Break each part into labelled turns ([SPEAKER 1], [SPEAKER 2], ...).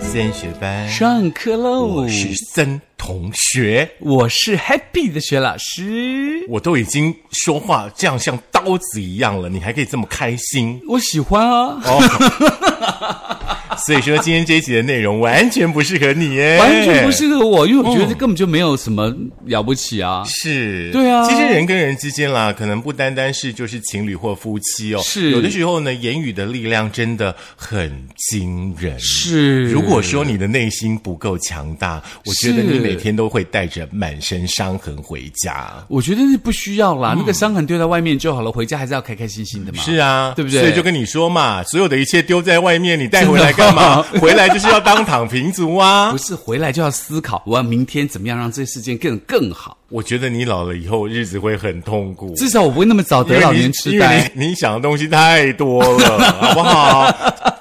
[SPEAKER 1] 森学班，
[SPEAKER 2] 上课喽！
[SPEAKER 1] 我是森同学。
[SPEAKER 2] 我是 Happy 的学老师，
[SPEAKER 1] 我都已经说话这样像刀子一样了，你还可以这么开心
[SPEAKER 2] 我喜欢啊，
[SPEAKER 1] 哦！所以说今天这一集的内容完全不适合你耶，
[SPEAKER 2] 完全不适合我，因为我觉得根本就没有什么了不起啊。
[SPEAKER 1] 是，
[SPEAKER 2] 对啊
[SPEAKER 1] 其实人跟人之间啦，可能不单单是就是情侣或夫妻哦，
[SPEAKER 2] 是
[SPEAKER 1] 有的时候呢，言语的力量真的很惊人。
[SPEAKER 2] 是，
[SPEAKER 1] 如果说你的内心不够强大，我觉得
[SPEAKER 2] 是
[SPEAKER 1] 你每天都会带着满身伤痕回家。
[SPEAKER 2] 我觉得是不需要啦，那个伤痕丢在外面就好了，回家还是要开开心心的嘛。
[SPEAKER 1] 嗯是啊，
[SPEAKER 2] 对不对
[SPEAKER 1] 所以就跟你说嘛，所有的一切丢在外面，你带回来干 嘛？回来就是要当躺平族啊
[SPEAKER 2] 不！是回来就要思考，我要明天怎么样让这事件更更好？
[SPEAKER 1] 我觉得你老了以后日子会很痛苦，
[SPEAKER 2] 至少我不会那么早
[SPEAKER 1] 因
[SPEAKER 2] 得
[SPEAKER 1] 为
[SPEAKER 2] 老
[SPEAKER 1] 你
[SPEAKER 2] 年痴
[SPEAKER 1] 因为
[SPEAKER 2] 呆。
[SPEAKER 1] 你你想的东西太多 了，好不好？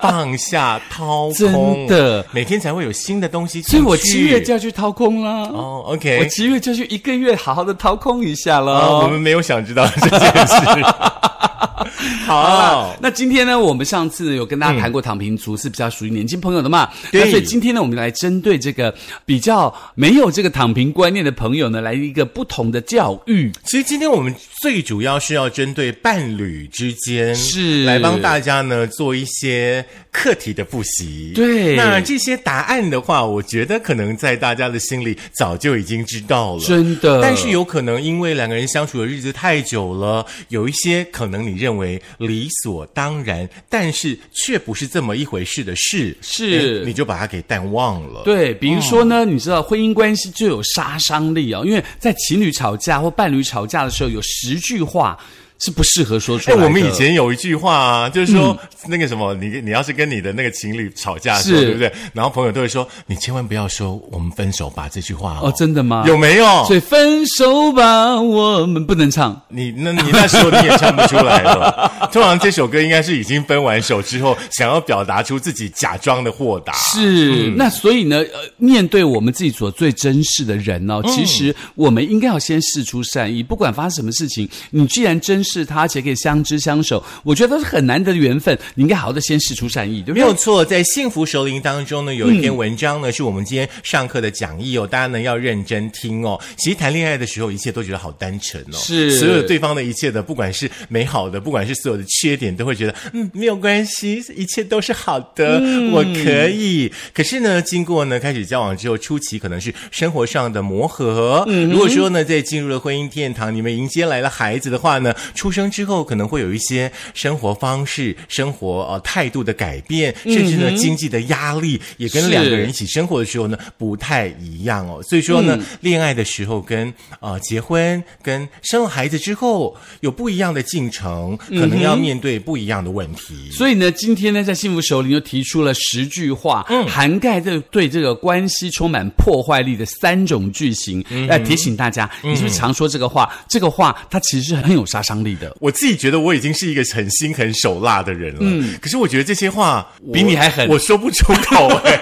[SPEAKER 1] 放下，掏空，
[SPEAKER 2] 真的
[SPEAKER 1] 每天才会有新的东西进去。
[SPEAKER 2] 所以我七月就要去掏空啦。
[SPEAKER 1] 哦
[SPEAKER 2] 我
[SPEAKER 1] ，OK，
[SPEAKER 2] 七月就去一个月好好的掏空一下了。
[SPEAKER 1] 啊，我们没有想知道这件 事。好，
[SPEAKER 2] 那今天呢，我们上次有跟大家谈过躺平族是比较属于年轻朋友的嘛？
[SPEAKER 1] 对
[SPEAKER 2] 那所以今天呢，我们来针对这个比较没有这个躺平观念的朋友呢，来一个不同的教育。
[SPEAKER 1] 嗯其实今天我们最主要是要针对伴侣之间，
[SPEAKER 2] 是
[SPEAKER 1] 来帮大家呢做一些课题的复习。
[SPEAKER 2] 对
[SPEAKER 1] 那这些答案的话，我觉得可能在大家的心里早就已经知道了。
[SPEAKER 2] 真的
[SPEAKER 1] 但是有可能因为两个人相处的日子太久了，有一些可能你认为理所当然，但是却不是这么一回事的事，
[SPEAKER 2] 是
[SPEAKER 1] 哎你就把它给淡忘了。
[SPEAKER 2] 对，比如说呢，你知道婚姻关系就有杀伤力哦，因为在情侣吵架或伴侣吵架的时候，有十句话是不适合说出
[SPEAKER 1] 哎，
[SPEAKER 2] 来的。嗯
[SPEAKER 1] 我们以前有一句话啊，就是说、那个什么，你你要是跟你的那个情侣吵架的时候，
[SPEAKER 2] 是
[SPEAKER 1] 对不对？然后朋友都会说，你千万不要说我们分手吧这句话
[SPEAKER 2] 哦，真的吗？
[SPEAKER 1] 有没有？
[SPEAKER 2] 所以分手吧，我们不能唱。
[SPEAKER 1] 你那你那时候你也唱不出来了。 通常这首歌应该是已经分完手之后，想要表达出自己假装的豁达。
[SPEAKER 2] 是，
[SPEAKER 1] 嗯
[SPEAKER 2] 那所以呢，呃，面对我们自己所最珍视的人
[SPEAKER 1] 嗯
[SPEAKER 2] 哦，其实我们应该要先试出善意，不管发生什么事情，你既然珍视他，而且可以相知相守，我觉得是很难得的缘分，你应该好好的先试出善意，对不
[SPEAKER 1] 没有
[SPEAKER 2] 对？
[SPEAKER 1] 错，在幸福熟龄当中呢，有一篇文章呢、是我们今天上课的讲义哦，大家呢要认真听哦。其实谈恋爱的时候，一切都觉得好单纯哦，
[SPEAKER 2] 是
[SPEAKER 1] 所有对方的一切的，不管是美好的，不管是所有的缺点，都会觉得嗯没有关系，一切都是好的，我可以。可是呢，经过呢开始交往之后，初期可能是生活上的磨合，如果说呢在进入了婚姻殿堂，你们迎接来了孩子的话呢，出生之后可能会有一些生活方式、生活呃态度的改变，甚至呢、经济的压力，也跟
[SPEAKER 2] 是
[SPEAKER 1] 两个人一起生活的时候呢不太一样哦。所以说
[SPEAKER 2] 嗯
[SPEAKER 1] 呢，恋爱的时候跟呃结婚、跟生了孩子之后有不一样的进程，
[SPEAKER 2] 嗯
[SPEAKER 1] 可能要面对不一样的问题。
[SPEAKER 2] 所以呢，今天呢，在幸福首领又提出了十句话，
[SPEAKER 1] 嗯
[SPEAKER 2] 涵盖这对这个关系充满破坏力的三种句型，
[SPEAKER 1] 嗯
[SPEAKER 2] 来、提醒大家，你是不是常说这个话？这个话它其实是很有杀伤力的，
[SPEAKER 1] 我自己觉得我已经是一个很心狠手辣的人了，可是我觉得这些话我
[SPEAKER 2] 嗯比你还狠
[SPEAKER 1] 我说不出口哎、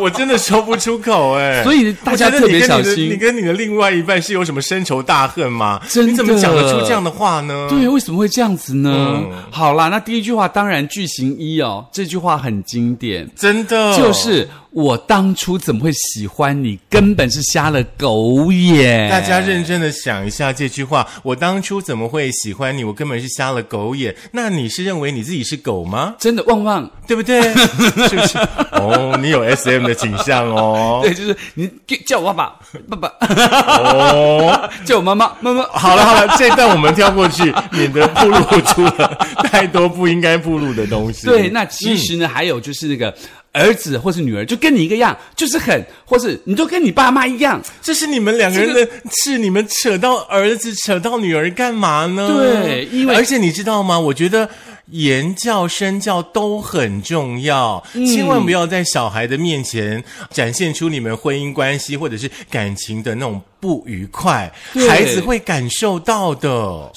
[SPEAKER 1] 我真的说不出口哎、
[SPEAKER 2] 所以大家
[SPEAKER 1] 我觉得你
[SPEAKER 2] 特别
[SPEAKER 1] 跟你的
[SPEAKER 2] 小心
[SPEAKER 1] 你跟你的另外一半是有什么深仇大恨吗？
[SPEAKER 2] 真的
[SPEAKER 1] 你怎么讲得出这样的话呢？
[SPEAKER 2] 对，为什么会这样子呢？
[SPEAKER 1] 嗯
[SPEAKER 2] 好啦，那第一句话当然句型一哦，这句话很经典，
[SPEAKER 1] 真的
[SPEAKER 2] 就是我当初怎么会喜欢你，根本是瞎了狗眼。
[SPEAKER 1] 大家认真的想一下这句话，我当初怎么会喜欢你？我根本是瞎了狗眼。那你是认为你自己是狗吗？
[SPEAKER 2] 真的旺旺，
[SPEAKER 1] 对不对？ 是不是？哦，你有 S M 的倾向哦。
[SPEAKER 2] 对，就是你叫我爸爸，爸 爸
[SPEAKER 1] 哦。
[SPEAKER 2] 叫我妈妈，妈妈。
[SPEAKER 1] 好了好了，这段我们跳过去，免得暴露出了太多不应该暴露的东西。
[SPEAKER 2] 对，那其实呢，还有就是那个儿子或是女儿，就跟你一个样，就是狠，或是你就跟你爸妈一样，
[SPEAKER 1] 这是你们两个人的事，你们扯到儿子、扯到女儿干嘛呢？
[SPEAKER 2] 对因为
[SPEAKER 1] 而且你知道吗？我觉得。言教、身教都很重要，
[SPEAKER 2] 嗯
[SPEAKER 1] 千万不要在小孩的面前展现出你们婚姻关系或者是感情的那种不愉快，
[SPEAKER 2] 对
[SPEAKER 1] 孩子会感受到的。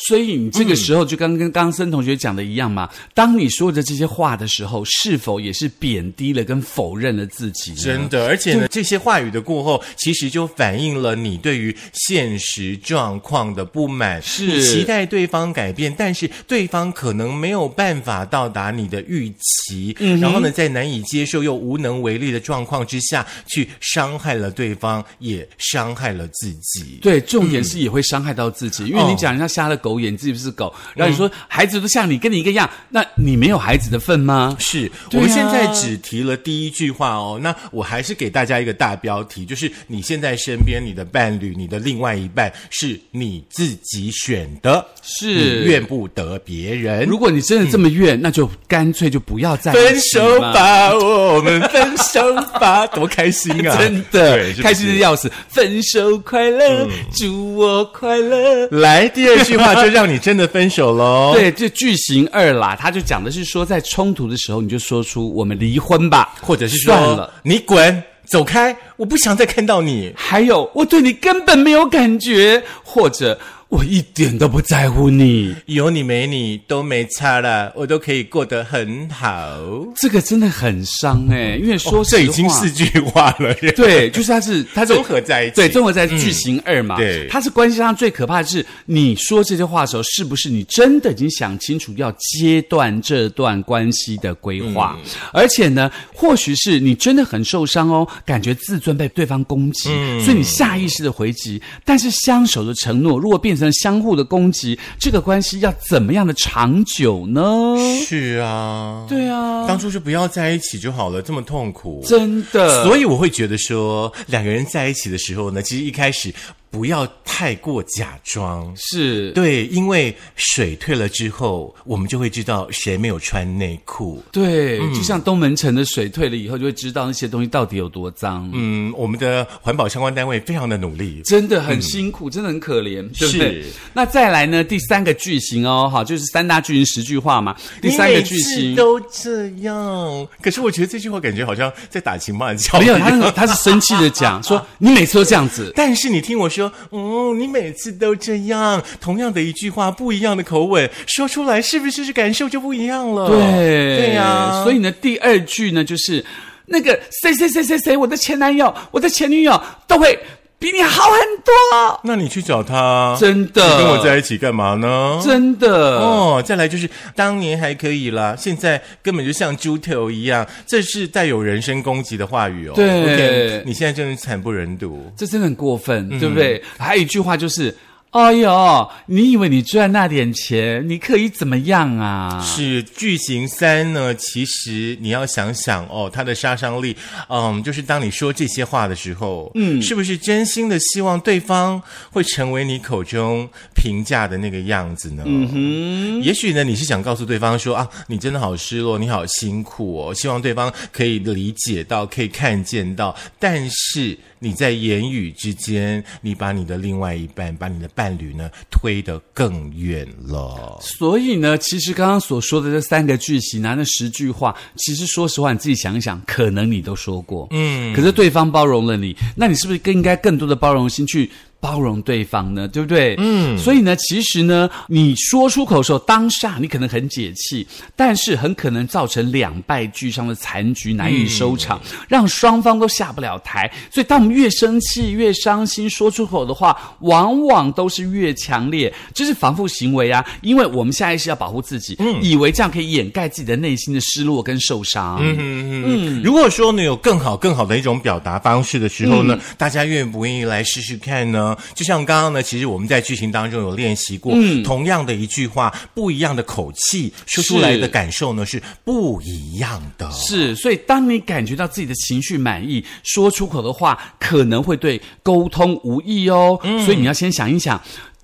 [SPEAKER 2] 所以你这个时候
[SPEAKER 1] 嗯
[SPEAKER 2] 就刚跟刚刚森同学讲的一样嘛，当你说的这些话的时候，是否也是贬低了跟否认了自己呢？
[SPEAKER 1] 真的，而且呢，这些话语的过后，其实就反映了你对于现实状况的不满。
[SPEAKER 2] 是
[SPEAKER 1] 你期待对方改变，但是对方可能没有办法到达你的预期，然后呢，在难以接受又无能为力的状况之下，去伤害了对方，也伤害了自己。
[SPEAKER 2] 对，重点是也会伤害到自己，因为
[SPEAKER 1] 哦
[SPEAKER 2] 你讲人家瞎了狗眼，你自己不是狗，然后你说、孩子都像你，跟你一个样，那你没有孩子的份吗？
[SPEAKER 1] 是我
[SPEAKER 2] 对啊
[SPEAKER 1] 们现在只提了第一句话哦，那我还是给大家一个大标题，就是你现在身边你的伴侣、你的另外一半是你自己选的，
[SPEAKER 2] 是
[SPEAKER 1] 你怨不得别人。
[SPEAKER 2] 如果你真的这么怨，那就干脆就不要在一起
[SPEAKER 1] 嗯分手
[SPEAKER 2] 嘛。
[SPEAKER 1] 吧，我们分手吧，多开心啊！
[SPEAKER 2] 真的
[SPEAKER 1] 对是不是嗯
[SPEAKER 2] 开心的要死，分手快乐，祝我快乐。
[SPEAKER 1] 来第二句话就让你真的分手喽。，
[SPEAKER 2] 哦对，这句型二啦，他就讲的是说，在冲突的时候，你就说出我们离婚吧，
[SPEAKER 1] 或者是
[SPEAKER 2] 算了
[SPEAKER 1] 说。你滚走开，我不想再看到你。
[SPEAKER 2] 还有，我对你根本没有感觉，或者我一点都不在乎你。
[SPEAKER 1] 有你没你都没差了，我都可以过得很好。
[SPEAKER 2] 这个真的很伤哎、因为说
[SPEAKER 1] 哦
[SPEAKER 2] 实
[SPEAKER 1] 这
[SPEAKER 2] 话、
[SPEAKER 1] 已经四句话了，
[SPEAKER 2] 对，就是它是它是
[SPEAKER 1] 综合在一起嗯
[SPEAKER 2] 对，综合在句型二嘛，
[SPEAKER 1] 对
[SPEAKER 2] 它是关系上最可怕的是，你说这些话的时候，是不是你真的已经想清楚要切断这段关系的规划？
[SPEAKER 1] 嗯
[SPEAKER 2] 而且呢，或许是你真的很受伤哦，感觉自尊被对方攻击，
[SPEAKER 1] 嗯
[SPEAKER 2] 所以你下意识的回击。但是相守的承诺，如果变成相互的攻击，这个关系要怎么样的长久呢？
[SPEAKER 1] 是啊，
[SPEAKER 2] 对啊
[SPEAKER 1] 当初就不要在一起就好了，这么痛苦。
[SPEAKER 2] 真的，
[SPEAKER 1] 所以我会觉得说，两个人在一起的时候呢，其实一开始不要太过假装。
[SPEAKER 2] 是
[SPEAKER 1] 对，因为水退了之后，我们就会知道谁没有穿内裤。
[SPEAKER 2] 对，
[SPEAKER 1] 嗯
[SPEAKER 2] 就像东门城的水退了以后，就会知道那些东西到底有多脏。
[SPEAKER 1] 嗯，我们的环保相关单位非常的努力。
[SPEAKER 2] 真的很辛苦，真的很可怜，对不对
[SPEAKER 1] 嗯是？
[SPEAKER 2] 那再来呢？第三个句型哦，好，就是三大句型十句话嘛。第三个句
[SPEAKER 1] 你每
[SPEAKER 2] 型
[SPEAKER 1] 次都这样，可是我觉得这句话感觉好像在打情骂俏。
[SPEAKER 2] 哦没有，他那个他是生气的 讲说，你每次都这样子，
[SPEAKER 1] 但是你听我说，嗯，你每次都这样，同样的一句话，不一样的口吻，说出来是不是感受就不一样了？
[SPEAKER 2] 对
[SPEAKER 1] 对呀、啊
[SPEAKER 2] 所以呢，第二句呢就是那个谁谁谁谁谁，我的前男友，我的前女友都会比你好很多，
[SPEAKER 1] 那你去找他，
[SPEAKER 2] 真的
[SPEAKER 1] 哦你跟我在一起干嘛呢？
[SPEAKER 2] 真的。
[SPEAKER 1] 哦，再来就是当年还可以啦，现在根本就像猪头一样，这是带有人身攻击的话语哦。
[SPEAKER 2] 对
[SPEAKER 1] OK，你现在真的惨不忍睹。
[SPEAKER 2] 这真的很过分，对不对？还有一句话就是。哎呦，你以为你赚那点钱，你可以怎么样啊？
[SPEAKER 1] 是句型三呢，其实你要想想哦，它的杀伤力，嗯，就是当你说这些话的时候，嗯，是不是真心的希望对方会成为你口中评价的那个样子呢？嗯哼，也许呢，你是想告诉对方说啊，你真的好失落，你好辛苦哦，希望对方可以理解到，可以看见到，但是。你在言语之间，你把你的另外一半，把你的伴侣呢推得更远了。
[SPEAKER 2] 所以呢，其实刚刚所说的这三个句型啊，那十句话，其实说实话，你自己想一想，可能你都说过，嗯，可是对方包容了你，那你是不是更应该更多的包容心去？包容对方呢，对不对？嗯，所以呢，其实呢，你说出口的时候，当下你可能很解气，但是很可能造成两败俱伤的残局，难以收场，让双方都下不了台。所以，当我们越生气、越伤心，说出口的话，往往都是越强烈，这是防护行为啊。因为我们下意识要保护自己，以为这样可以掩盖自己的内心的失落跟受伤。
[SPEAKER 1] 嗯，如果说呢有更好更好的一种表达方式的时候呢，大家愿不愿意来试试看呢？就像刚刚呢，其实我们在剧情当中有练习过，同样的一句话，不一样的口气，说出来的感受呢是不一样的。
[SPEAKER 2] 是，所以当你感觉到自己的情绪满意，
[SPEAKER 1] 嗯
[SPEAKER 2] 说出口的话可能会对沟通无益哦。所以你要先想一想。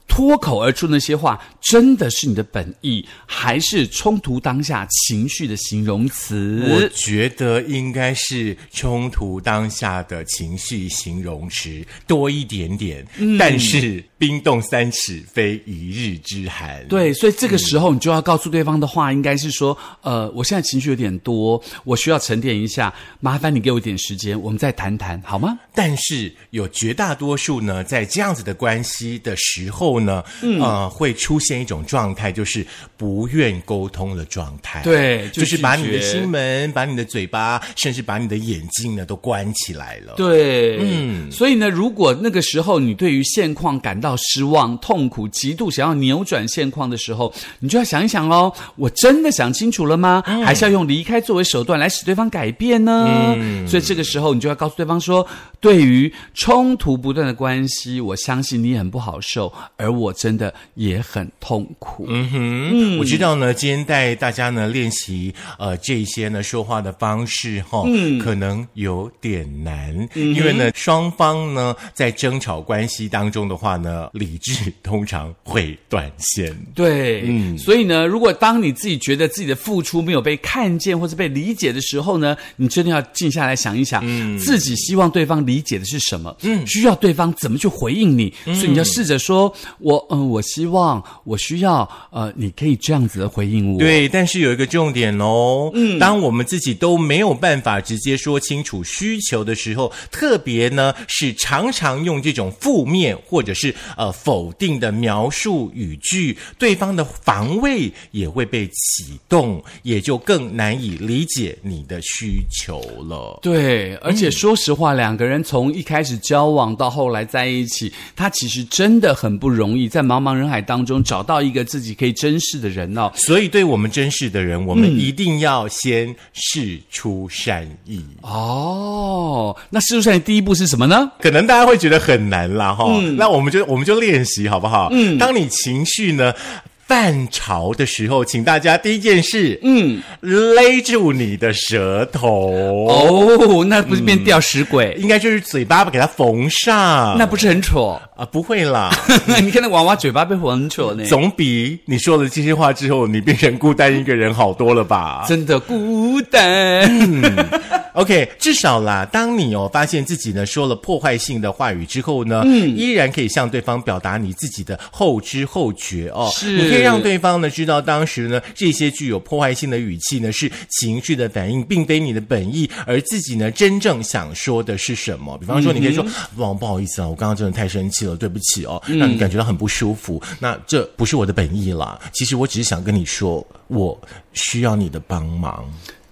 [SPEAKER 2] 脱口而出那些话，真的是你的本意，还是冲突当下情绪的形容
[SPEAKER 1] 我
[SPEAKER 2] 词？
[SPEAKER 1] 觉得应该是冲突当下的情绪形容词多一点点，但是冰冻三尺非一日之寒。
[SPEAKER 2] 对，所以这个时候你就要告诉对方的话，应该是说，呃，我现在情绪有点多，我需要沉淀一下，麻烦你给我一点时间，我们再谈谈好吗？
[SPEAKER 1] 但是有绝大多数呢，在这样子的关系的时候呢，
[SPEAKER 2] 嗯
[SPEAKER 1] 呃，会出现一种状态，就是不愿沟通的状态。
[SPEAKER 2] 对就
[SPEAKER 1] 就是把
[SPEAKER 2] 拒
[SPEAKER 1] 你
[SPEAKER 2] 绝
[SPEAKER 1] 的心门、把你的嘴巴，甚至把你的眼睛呢都关起来了。
[SPEAKER 2] 对，嗯，所以呢，如果那个时候你对于现况感到失望、痛苦、极度想要扭转现况的时候，你就要想一想喽，我真的想清楚了吗？还是要用离开作为手段来使对方改变呢？所以这个时候你就要告诉对方说，对于冲突不断的关系，我相信你很不好受，而我真的也很痛苦。
[SPEAKER 1] 嗯，我知道呢，今天带大家呢练习呃这一些呢说话的方式哈、嗯，可能有点难，
[SPEAKER 2] 嗯
[SPEAKER 1] 因为呢双方呢在争吵关系当中的话呢，理智通常会断线。
[SPEAKER 2] 对，所以呢，如果当你自己觉得自己的付出没有被看见或是被理解的时候呢，你真的要静下来想一想，自己希望对方理解的是什么，需要对方怎么去回应你，所以你要试着说，我嗯，我希望，我需要，呃，你可以这样子的回应我，
[SPEAKER 1] 对，但是有一个重点哦，嗯，当我们自己都没有办法直接说清楚需求的时候，特别呢是常常用这种负面或者是呃否定的描述语句，对方的防卫也会被启动，也就更难以理解你的需求了。
[SPEAKER 2] 嗯对，而且说实话，两个人从一开始交往到后来在一起，他其实真的很不容易，在茫茫人海当中找到一个自己可以珍视的人哦。
[SPEAKER 1] 所以，对我们真实的人，我们一定要先试出善意。
[SPEAKER 2] 哦，那试出善的第一步是什么呢？
[SPEAKER 1] 可能大家会觉得很难啦，哈、那我们就我们就练习好不好？嗯，当你情绪呢泛潮的时候，请大家第一件事，嗯，勒住你的舌头，
[SPEAKER 2] 哦，那不是变吊死鬼？
[SPEAKER 1] 应该就是嘴巴给它缝上。
[SPEAKER 2] 那不是很丑？
[SPEAKER 1] 啊，不会啦，
[SPEAKER 2] 你看那娃娃嘴巴被很丑呢。
[SPEAKER 1] 总比你说了这些话之后，你变成孤单一个人好多了吧？
[SPEAKER 2] 真的孤单，
[SPEAKER 1] OK，至少啦，当你哦发现自己呢说了破坏性的话语之后呢，嗯，依然可以向对方表达你自己的后知后觉哦，
[SPEAKER 2] 是
[SPEAKER 1] 你可以让对方呢知道当时呢这些具有破坏性的语气呢是情绪的反应，并非你的本意，而自己呢真正想说的是什么。比方说，你可
[SPEAKER 2] 嗯
[SPEAKER 1] 以说，不、不好意思啊，我刚刚真的太生气了，对不起哦，让你感觉到很不舒服。那这不是我的本意啦，其实我只是想跟你说，我需要你的帮忙，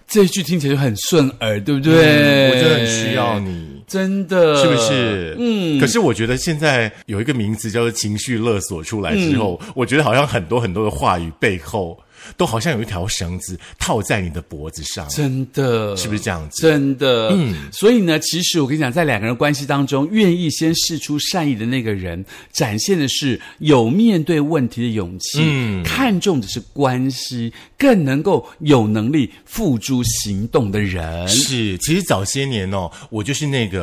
[SPEAKER 2] 这一句听起来就很顺耳，对不对？
[SPEAKER 1] 嗯我真的很需要，你。
[SPEAKER 2] 真的，
[SPEAKER 1] 是不是？嗯，可是我觉得现在有一个名词叫做情绪勒索出来之后，
[SPEAKER 2] 嗯
[SPEAKER 1] 我觉得好像很多很多的话语背后，都好像有一条绳子套在你的脖子上，
[SPEAKER 2] 真的，
[SPEAKER 1] 是不是这样子？
[SPEAKER 2] 真的，嗯，所以呢，其实我跟你讲，在两个人关系当中，愿意先试出善意的那个人，展现的是有面对问题的勇气，嗯，看重的是关系，更能够有能力付诸行动的人。
[SPEAKER 1] 是，其实早些年哦，我就是那个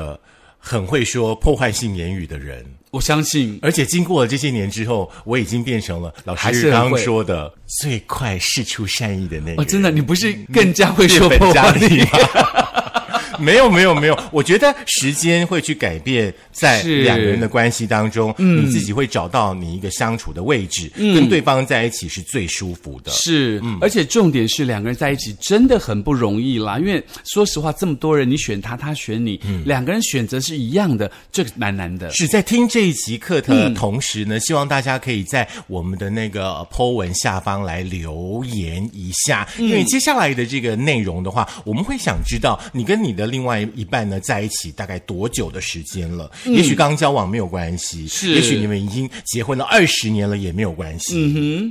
[SPEAKER 1] 很会说破坏性言语的人，
[SPEAKER 2] 我相信，
[SPEAKER 1] 而且经过了这些年之后，我已经变成了老
[SPEAKER 2] 还
[SPEAKER 1] 师
[SPEAKER 2] 是很
[SPEAKER 1] 刚刚
[SPEAKER 2] 会
[SPEAKER 1] 说的最快试出善意的那个人。
[SPEAKER 2] 哦，真的，你不是更加会说
[SPEAKER 1] 变
[SPEAKER 2] 破
[SPEAKER 1] 本加
[SPEAKER 2] 坏
[SPEAKER 1] 厉吗？ 没有没有没有，我觉得时间会去改变在
[SPEAKER 2] 是
[SPEAKER 1] 两个人的关系当中，你自己会找到你一个相处的位置，跟对方在一起是最舒服的。
[SPEAKER 2] 是，而且重点是两个人在一起真的很不容易啦。因为说实话，这么多人，你选他，他选你，两个人选择是一样的，这个蛮难的。嗯
[SPEAKER 1] 是在听这一集课的同时呢，希望大家可以在我们的那个呃 po 文下方来留言一下，
[SPEAKER 2] 嗯
[SPEAKER 1] 因为接下来的这个内容的话，我们会想知道你跟你的另外一半呢在一起大概多久的时间了？也许刚交往没有关系，
[SPEAKER 2] 嗯是
[SPEAKER 1] 也许你们已经结婚了二十年了也没有关系。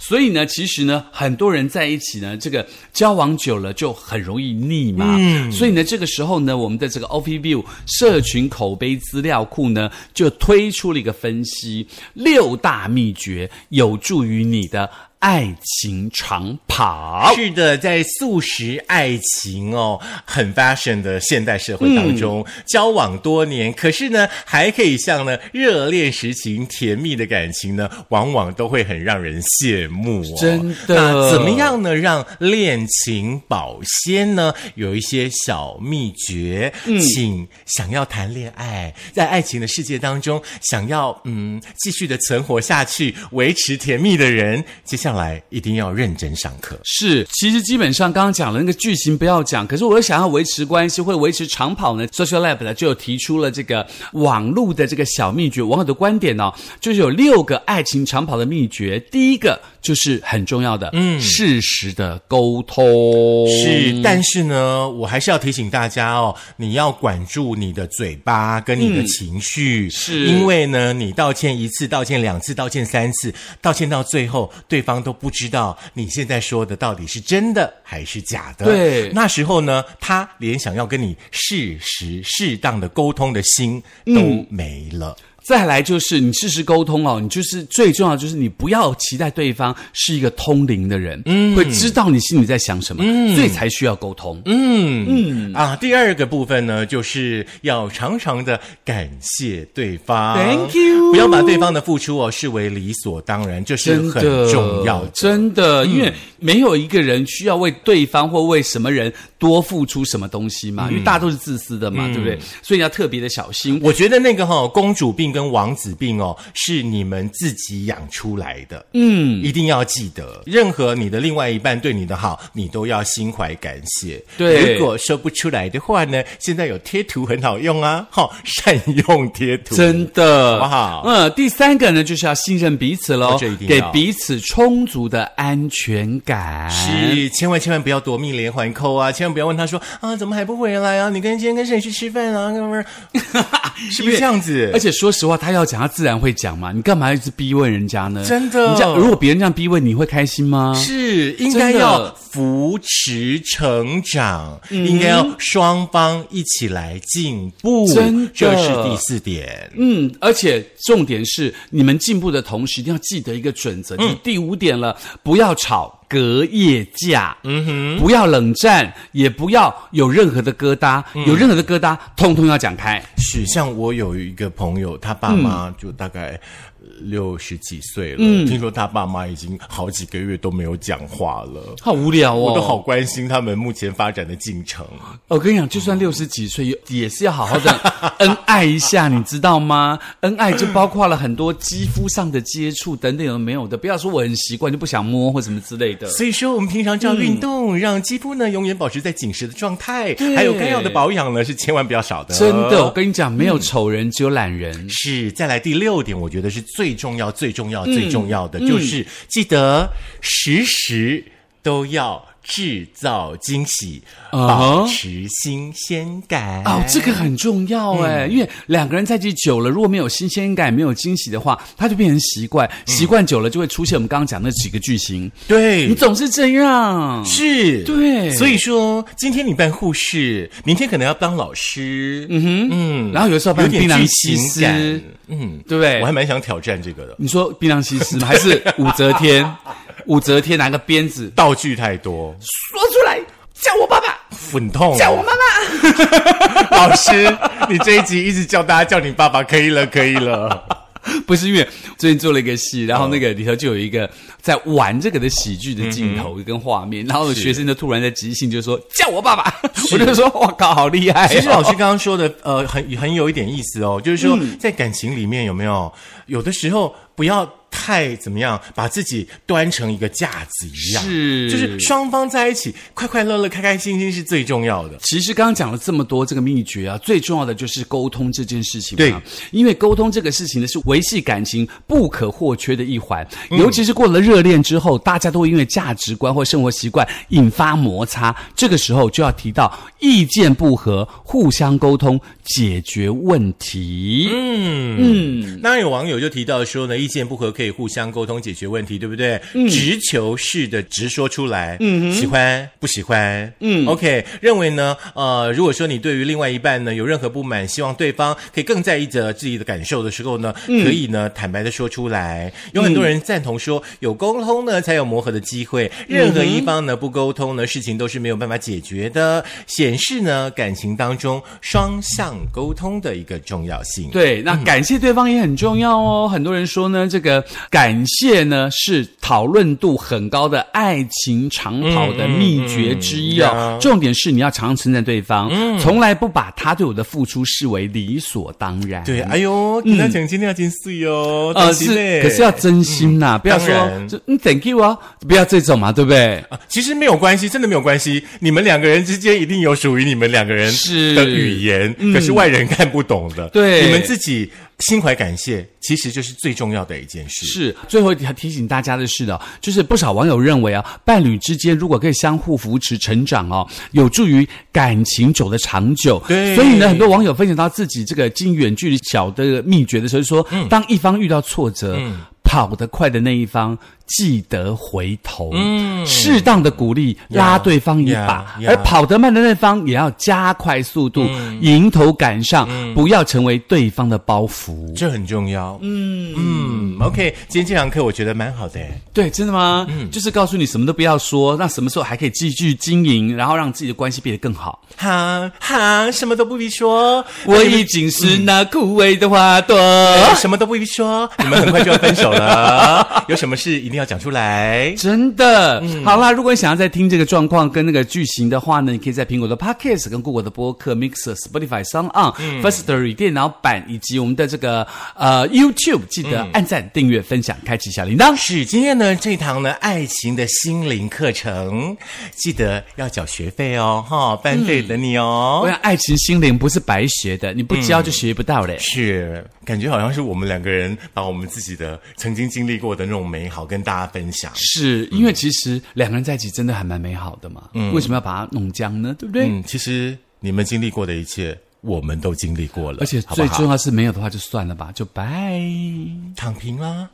[SPEAKER 2] 所以呢，其实呢，很多人在一起呢，这个交往久了就很容易腻嘛。所以呢，这个时候呢，我们的这个 o p v i e w 社群口碑资料库呢，就推出了一个分析六大秘诀，有助于你的。爱情长跑。
[SPEAKER 1] 是的，在素食爱情哦很 fashion 的现代社会当中，
[SPEAKER 2] 嗯
[SPEAKER 1] 交往多年，可是呢，还可以像呢热恋时期甜蜜的感情呢，往往都会很让人羡慕、哦。
[SPEAKER 2] 真的
[SPEAKER 1] 那怎么样呢？让恋情保鲜呢？有一些小秘诀，
[SPEAKER 2] 嗯
[SPEAKER 1] 请想要谈恋爱，在爱情的世界当中，想要嗯继续的存活下去，维持甜蜜的人，接下来一定要认真上课。
[SPEAKER 2] 是，其实基本上刚刚讲了那个剧情不要讲，可是我又想要维持关系，会维持长跑呢，Social Lab 呢就有提出了这个网络的这个小秘诀，网友的观点呢、哦，就是有六个爱情长跑的秘诀，第一个就是很重要的，嗯，适时的沟通
[SPEAKER 1] 是，
[SPEAKER 2] 哦
[SPEAKER 1] 但是呢，我还是要提醒大家哦，你要管住你的嘴巴跟你的情绪，
[SPEAKER 2] 嗯是
[SPEAKER 1] 因为呢，你道歉一次、道歉两次、道歉三次，道歉到最后，对方都不知道你现在说的到底是真的还是假的。
[SPEAKER 2] 对
[SPEAKER 1] 那时候呢，他连想要跟你适时、适当的沟通的心都
[SPEAKER 2] 嗯
[SPEAKER 1] 没了。
[SPEAKER 2] 再来就是你适时沟通哦，你就是最重要的就是你不要期待对方是一个通灵的人，嗯，会知道你心里在想什么，所以才需要沟通，嗯，
[SPEAKER 1] 嗯嗯啊，第二个部分呢，就是要常常的感谢对方
[SPEAKER 2] Thank you
[SPEAKER 1] 不要把对方的付出哦视为理所当然，这是
[SPEAKER 2] 真
[SPEAKER 1] 很
[SPEAKER 2] 的
[SPEAKER 1] 重要的。
[SPEAKER 2] 真的，因为没有一个人需要为对方或为什么人多付出什么东西嘛，因为大家都是自私的嘛，对不对？所以你要特别的小心。
[SPEAKER 1] 嗯我觉得那个哈、公主病跟王子病哦，是你们自己养出来的。嗯，一定要记得，任何你的另外一半对你的好，你都要心怀感谢。
[SPEAKER 2] 对
[SPEAKER 1] 如果说不出来的话呢，现在有贴图很好用啊，哈、善用贴图。
[SPEAKER 2] 真的，
[SPEAKER 1] 好不好
[SPEAKER 2] 嗯，第三个呢，就是要信任彼此喽
[SPEAKER 1] 哦这一，定
[SPEAKER 2] 给
[SPEAKER 1] 要
[SPEAKER 2] 彼此充足的安全感。
[SPEAKER 1] 是，千万千万不要夺命连环扣啊！千万不要问他说啊，怎么还不回来啊？你跟今天跟谁去吃饭啊？哥们儿，是不是这样子？
[SPEAKER 2] 而且说实话，他要讲，他自然会讲嘛。你干嘛一直逼问人家呢？
[SPEAKER 1] 真的
[SPEAKER 2] 你这样如果别人这样逼问，你会开心吗？
[SPEAKER 1] 是应
[SPEAKER 2] 真
[SPEAKER 1] 该
[SPEAKER 2] 的
[SPEAKER 1] 要扶持成长，应该要双方一起来进步，
[SPEAKER 2] 真的
[SPEAKER 1] 这是第四点。
[SPEAKER 2] 嗯，而且重点是，你们进步的同时，一定要记得一个准则，就是第五点了，不要吵。隔夜架，嗯哼，不要冷战，也不要有任何的疙瘩，有任何的疙瘩，通通要讲开。
[SPEAKER 1] 是像我有一个朋友，他爸妈就大概六十几岁了，听说他爸妈已经好几个月都没有讲话了。
[SPEAKER 2] 好无聊哦，
[SPEAKER 1] 我都好关心他们目前发展的进程。
[SPEAKER 2] 我跟你讲，就算六十几岁，也也是要好好的 恩爱一下，你知道吗？恩爱就包括了很多肌肤上的接触等等有的没有的，不要说我很习惯就不想摸或什么之类的。
[SPEAKER 1] 所以说，我们平常就要运动，让肌肤呢永远保持在紧实的状态，
[SPEAKER 2] 嗯对
[SPEAKER 1] 还有该要的保养呢是千万不要少的。
[SPEAKER 2] 真的，我跟你讲，没有丑人，只有懒人。
[SPEAKER 1] 是，再来第六点，我觉得是最重要、最重要、
[SPEAKER 2] 嗯
[SPEAKER 1] 最重要的，就是记得时时都要制造惊喜，
[SPEAKER 2] 啊
[SPEAKER 1] 保持新鲜感。
[SPEAKER 2] 哦，这个很重要哎，因为两个人在一起久了，如果没有新鲜感、没有惊喜的话，他就变成习惯，习惯久了就会出现我们刚刚讲的那几个巨星。
[SPEAKER 1] 对
[SPEAKER 2] 你。总是这样，
[SPEAKER 1] 是，
[SPEAKER 2] 对
[SPEAKER 1] 所以说今天你扮护士，明天可能要当老师，嗯哼，嗯，
[SPEAKER 2] 然后有时候扮
[SPEAKER 1] 有点
[SPEAKER 2] 槟榔
[SPEAKER 1] 剧
[SPEAKER 2] 西
[SPEAKER 1] 情
[SPEAKER 2] 施
[SPEAKER 1] 感，嗯，
[SPEAKER 2] 对不对？
[SPEAKER 1] 我还蛮想挑战这个的，
[SPEAKER 2] 你说槟榔西施吗？还是武则 天？武则天拿个鞭子
[SPEAKER 1] 道具太多，
[SPEAKER 2] 说出来，叫我爸爸，
[SPEAKER 1] 很痛，啊
[SPEAKER 2] 叫我妈妈。
[SPEAKER 1] 老师，你这一集一直叫大家叫你爸爸，可以了，可以了。
[SPEAKER 2] 不是因为最近做了一个戏，
[SPEAKER 1] 哦
[SPEAKER 2] 然后那个里头就有一个在玩这个的喜剧的镜
[SPEAKER 1] 嗯
[SPEAKER 2] 头跟画面，然后有学生就突然在即兴就说叫我爸爸， 我就说哇靠，好厉 害、哦
[SPEAKER 1] 其实老师。刚刚说的，呃，很很有一点意思哦，就是说在感情里面有没有，有的时候不要太怎么样，把自己端成一个架子一样，
[SPEAKER 2] 是
[SPEAKER 1] 就是双方在一起快快乐乐、开开心心是最重要的。
[SPEAKER 2] 其实刚刚讲了这么多这个秘诀啊，最重要的就是沟通这件事情、啊。
[SPEAKER 1] 对，
[SPEAKER 2] 因为沟通这个事情呢，是维系感情不可或缺的一环。尤其是过了热恋之后，大家都会因为价值观或生活习惯引发摩擦，这个时候就要提到意见不合，互相沟通解决问题。
[SPEAKER 1] 嗯，那有网友就提到说呢，一意见不合可以互相沟通解决问题，对不对？直球式的直说出来，喜欢不喜欢？嗯，OK，认为呢，呃，如果说你对于另外一半呢有任何不满，希望对方可以更在意着自己的感受的时候呢，可以呢坦白的说出来。有很多人赞同说，有沟通呢才有磨合的机会，任何一方呢不沟通呢，事情都是没有办法解决的，显示呢感情当中双向沟通的一个重要性。
[SPEAKER 2] 对，那感谢对方也很重要哦。很多人说呢，这个感谢呢是讨论度很高的爱情长跑的秘诀之一哦。
[SPEAKER 1] 嗯嗯嗯嗯
[SPEAKER 2] 重点是你要常称赞对方，从来不把他对我的付出视为理所当然。
[SPEAKER 1] 对，。哎呦，跟他讲今天要进水哦，
[SPEAKER 2] 呃，
[SPEAKER 1] 但嘞
[SPEAKER 2] 嗯是，可是要真心呐、不要说
[SPEAKER 1] 当然
[SPEAKER 2] 这嗯，thank you 啊，不要这种嘛，对不对？
[SPEAKER 1] 啊，其实没有关系，真的没有关系。你们两个人之间一定有属于你们两个人
[SPEAKER 2] 是嗯
[SPEAKER 1] 的语言，可是外人看不懂的。
[SPEAKER 2] 对
[SPEAKER 1] 你们自己心怀感谢，其实就是最重要的一件事。
[SPEAKER 2] 是，最后要提醒大家的是呢，就是不少网友认为啊，伴侣之间如果可以相互扶持成长哦，有助于感情走得长久。
[SPEAKER 1] 对
[SPEAKER 2] 所以呢，很多网友分享到自己这个经营远距离小的秘诀的时候，就说、
[SPEAKER 1] 嗯
[SPEAKER 2] 当一方遇到挫折。跑得快的那一方记得回头，适当的鼓励拉对方一把
[SPEAKER 1] 嗯呀呀嗯
[SPEAKER 2] 而跑得慢的那方也要加快速度，迎头赶上、不要成为对方的包袱。
[SPEAKER 1] 这很重要。嗯嗯，OK，今天这堂课我觉得蛮好的诶。
[SPEAKER 2] 对，真的吗？就是告诉你什么都不要说，那什么时候还可以继续经营，然后让自己的关系变得更好。
[SPEAKER 1] 哈哈，什么都不必说，
[SPEAKER 2] 我已经是那枯萎的花朵。
[SPEAKER 1] 呃什么都不必说，你们很快就要分手了。有什么事一定要讲出来。
[SPEAKER 2] 真的，好啦！如果你想要再听这个状况跟那个剧情的话呢，你可以在苹果的 Podcast、跟 Google 的播客 Mixer、Spotify、s o n On、Firstory 电脑版以及我们的这个呃 YouTube，记得按赞、订阅、分享、开启小铃铛。
[SPEAKER 1] 是，今天呢这堂呢爱情的心灵课程，记得要缴学费哦，哈、班费等你哦。
[SPEAKER 2] 我想爱情心灵不是白学的，你不教就学不到嘞。
[SPEAKER 1] 是，感觉好像是我们两个人把我们自己的曾经经历过的那种美好跟大家分享。
[SPEAKER 2] 是因为
[SPEAKER 1] 嗯
[SPEAKER 2] 其实两个人在一起真的还蛮美好的嘛，为什么要把它弄僵呢？对不对？
[SPEAKER 1] 嗯，其实你们经历过的一切，我们都经历过了，
[SPEAKER 2] 而且
[SPEAKER 1] 好不
[SPEAKER 2] 最
[SPEAKER 1] 好
[SPEAKER 2] 重要是没有的话就算了吧，就拜。
[SPEAKER 1] 躺平啦、